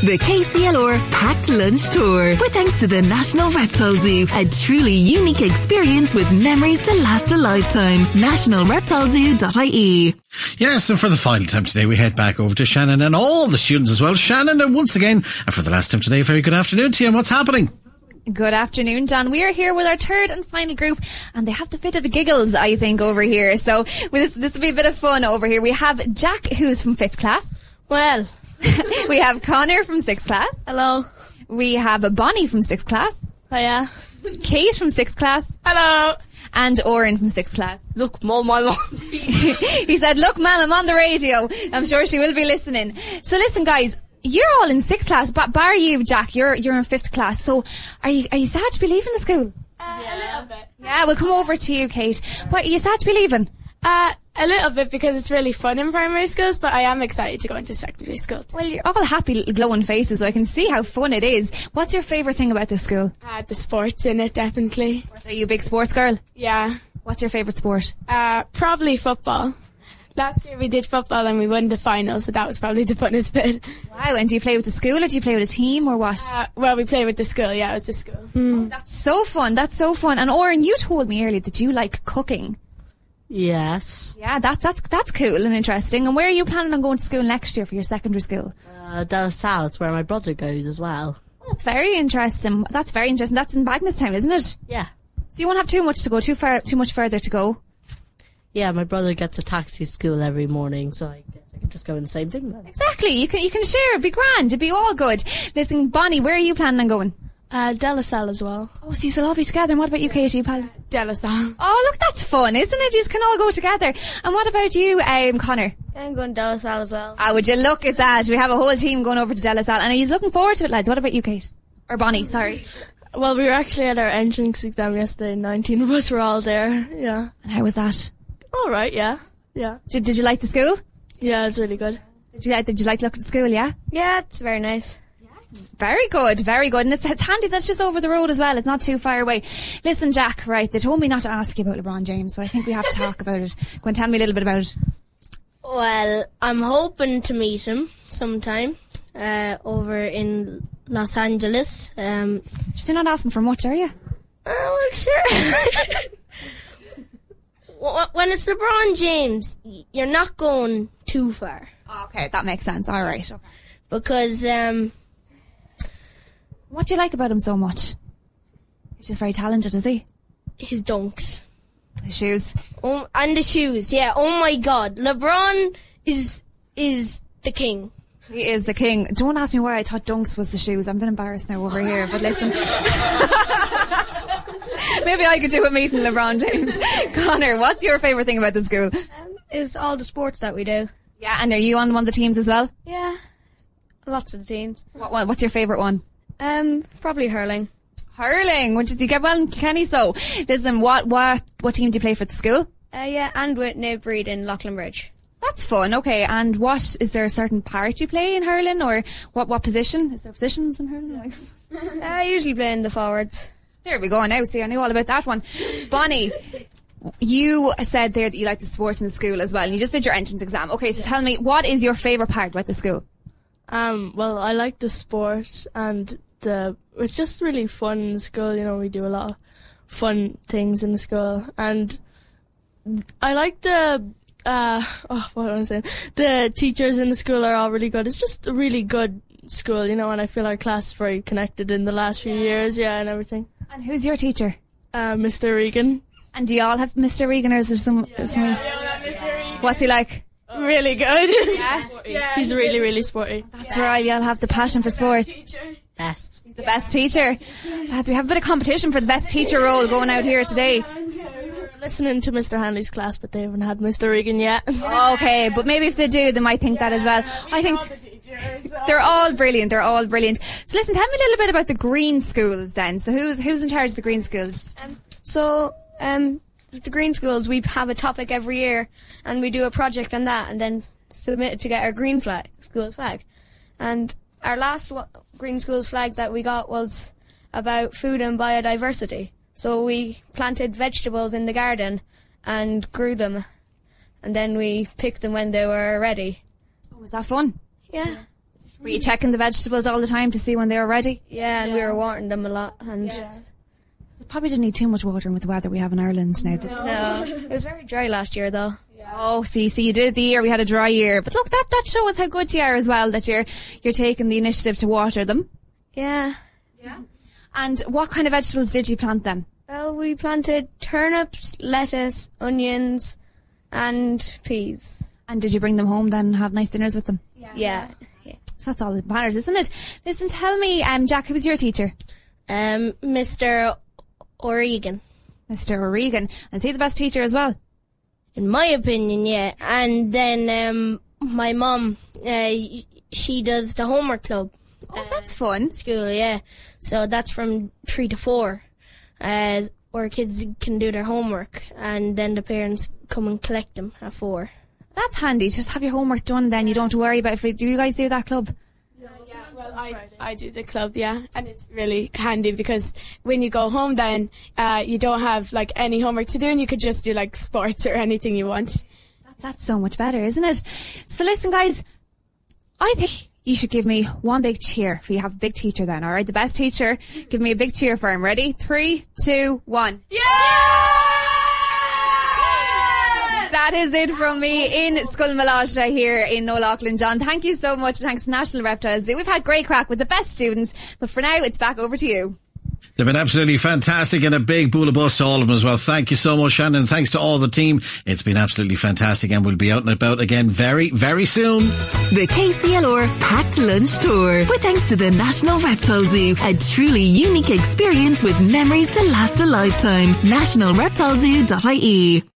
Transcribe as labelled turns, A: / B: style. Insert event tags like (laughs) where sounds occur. A: The KCLR Packed Lunch Tour. With thanks to the National Reptile Zoo, a truly unique experience with memories to last a lifetime. NationalReptileZoo.ie.
B: Yes, and for the final time today, we head back over to Shannon and all the students as well. Shannon, and once again, and for the last time today, a very good afternoon to you. And what's happening?
C: Good afternoon, John. We are here with our third and final group, and they have the fit of the giggles, I think, over here. So well, this, this will be a bit of fun over here. We have Jack, who's from fifth class. (laughs)
D: Well,
C: we have Connor from sixth class.
D: hello.
C: We have Bonnie from sixth class.
D: Hiya.
C: Kate from sixth class.
D: Hello.
C: And Oren from sixth class.
D: Look, mom, (laughs) my
C: (laughs)
D: mom's
C: he said, look, ma'am, I'm on the radio. I'm sure she will be listening. So listen, guys. You're all in sixth class, but bar you, Jack, you're you're in fifth class. So, are you are you sad to be leaving the school?
E: A little bit.
C: Yeah, we'll come over to you, Kate. What are you sad to be leaving?
E: Uh, a little bit because it's really fun in primary schools, but I am excited to go into secondary school. too.
C: Well, you're all happy little glowing faces, so I can see how fun it is. What's your favourite thing about this school?
E: Uh, the sports in it, definitely.
C: Are you a big sports girl?
E: Yeah.
C: What's your favourite sport?
E: Uh, probably football. Last year we did football and we won the final, so that was probably the funnest bit.
C: Wow, and do you play with the school or do you play with a team or what?
E: Uh, well, we played with the school. Yeah, it was the school.
C: That's so fun, that's so fun. And Oren, you told me earlier that you like cooking.
F: Yes.
C: Yeah, that's that's that's cool and interesting. And where are you planning on going to school next year for your secondary school?
F: Uh, down south, where my brother goes as well.
C: That's very interesting. That's very interesting. That's in Bagnestown, isn't it?
F: Yeah.
C: So you won't have too much to go, too far, too much further to go.
F: Yeah, my brother gets a taxi school every morning, so I guess I could just go in the same thing then.
C: Exactly. You can you can share. It'd be grand. It'd be all good. Listen, Bonnie, where are you planning on going?
E: Uh, Delasal as well.
C: Oh, so you'll all be together. And what about you, Katie? Pal-
E: Delasal.
C: Oh, look, that's fun, isn't it? You just can all go together. And what about you, um, Connor?
D: I'm going to Delasal as well.
C: Ah, would you look at that? We have a whole team going over to Delasal, and he's looking forward to it, lads. What about you, Kate? Or Bonnie? Sorry.
G: Well, we were actually at our entrance exam yesterday. Nineteen of us were all there. Yeah.
C: And how was that?
G: All right. Yeah. Yeah.
C: Did, did you like the school?
G: Yeah. It's really good.
C: Did you, did you like looking at school? Yeah.
D: Yeah, it's very nice.
C: Very good, very good. And it's, it's handy, that's just over the road as well. It's not too far away. Listen, Jack, right, they told me not to ask you about LeBron James, but I think we (laughs) have to talk about it. Go and tell me a little bit about it.
D: Well, I'm hoping to meet him sometime uh, over in Los Angeles. Um,
C: Just you're not asking for much, are you?
D: oh, well, sure. (laughs) Wh- when it's LeBron James, y- you're not going too far
C: Okay, that makes sense. All right. Okay.
D: because um,
C: What do you like about him so much? He's just very talented, is he?
D: his dunks.
C: His shoes.
D: Oh, and the shoes. Yeah. Oh my God, LeBron is is the king.
C: He is the king. Don't ask me why I thought dunks was the shoes. I'm a bit embarrassed now over here, but listen. (laughs) Maybe I could do a meeting LeBron James. (laughs) Connor, what's your favourite thing about the school?
D: Is all the sports that we do.
C: Yeah, and are you on one of the teams as well?
D: Yeah. Lots of teams.
C: What one? What's your favourite one?
D: Um, probably hurling.
C: Hurling, which is you get well in Kenny. So, listen, what what what team do you play for at the school?
D: Uh, yeah, and with Nib Breed in Loughlin Bridge.
C: That's fun. Okay, and what is there a certain part you play in hurling, or what what position is there positions in hurling?
D: Uh, I usually play in the forwards.
C: There we go. Now, see, I knew all about that one. Bonnie, you said there that you liked the sports in school as well, and you just did your entrance exam. Okay, so tell me, what is your favourite part about the school?
G: Um. Well, I like the sport and the. It's just really fun in school. You know, we do a lot of fun things in school, and I like the. Uh, (laughs) oh, what am I saying? The teachers in the school are all really good. It's just a really good school, you know, and I feel our class is very connected in the last few years, yeah, and everything.
C: And who's your teacher?
G: Uh, Mr. Regan.
C: And do you all have Mr. Regan, or is there some? some- What's he like?
G: Really good. Yeah. (laughs) He's really, really sporty.
C: That's right. Y'all have the passion for sport.
F: Best.
C: The best teacher. Lads, we have a bit of competition for the best teacher role going out here today.
G: We're listening to Mr. Hanley's class, but they haven't had Mr. Regan yet. (laughs)
C: Okay, but maybe if they do, they might think that as well. I think they're all brilliant. They're all brilliant. So listen, tell me a little bit about the green schools then. So who's who's in charge of the green schools?
H: So, um, with the green schools, we have a topic every year, and we do a project on that, and then submit it to get our green flag, school flag. And our last wa- green schools flag that we got was about food and biodiversity. So we planted vegetables in the garden and grew them, and then we picked them when they were ready.
C: Oh, was that fun?
H: Yeah.
C: Were you checking the vegetables all the time to see when they were ready?
H: Yeah, and we were watering them a lot. And
C: Probably didn't need too much watering with the weather we have in Ireland now. did-
H: no, it was very dry last year though.
C: Oh, so you see, you did it the year we had a dry year, but look, that that shows how good you are as well. That you're you're taking the initiative to water them.
H: Yeah.
C: And what kind of vegetables did you plant then?
H: Well, we planted turnips, lettuce, onions, and peas.
C: And did you bring them home then and have nice dinners with them?
H: Yeah.
C: So that's all that matters, isn't it? Listen, tell me, um, Jack, who was your teacher?
D: Um, Mr. O'Regan.
C: Mr. O'Regan. Is he the best teacher as well?
D: In my opinion, yeah. And then um, my mum, uh, she does the homework club
C: Oh,
D: Uh,
C: that's fun.
D: school, yeah. So that's from three to four, uh, where kids can do their homework, and then the parents come and collect them at four.
C: That's handy. Just have your homework done then. You don't have to worry about if Do you guys do that club?
E: Well, I, I do the club, yeah, and it's really handy because when you go home, then uh, you don't have like any homework to do, and you could just do like sports or anything you want.
C: That's so much better, isn't it? So listen, guys, I think you should give me one big cheer if you have a big teacher then, alright? The best teacher. Give me a big cheer for him. Ready? Three, two, one. Yeah! That is it from me in Skull Melasha here in Noel Auckland. John, thank you so much. Thanks to National Reptile Zoo. We've had great crack with the best students, but for now, it's back over to you.
B: They've been absolutely fantastic and a big pool of bus to all of them as well. Thank you so much, Shannon. Thanks to all the team. It's been absolutely fantastic and we'll be out and about again very, very soon.
A: The KCLR Packed Lunch Tour. With thanks to the National Reptile Zoo. A truly unique experience with memories to last a lifetime. NationalReptileZoo.ie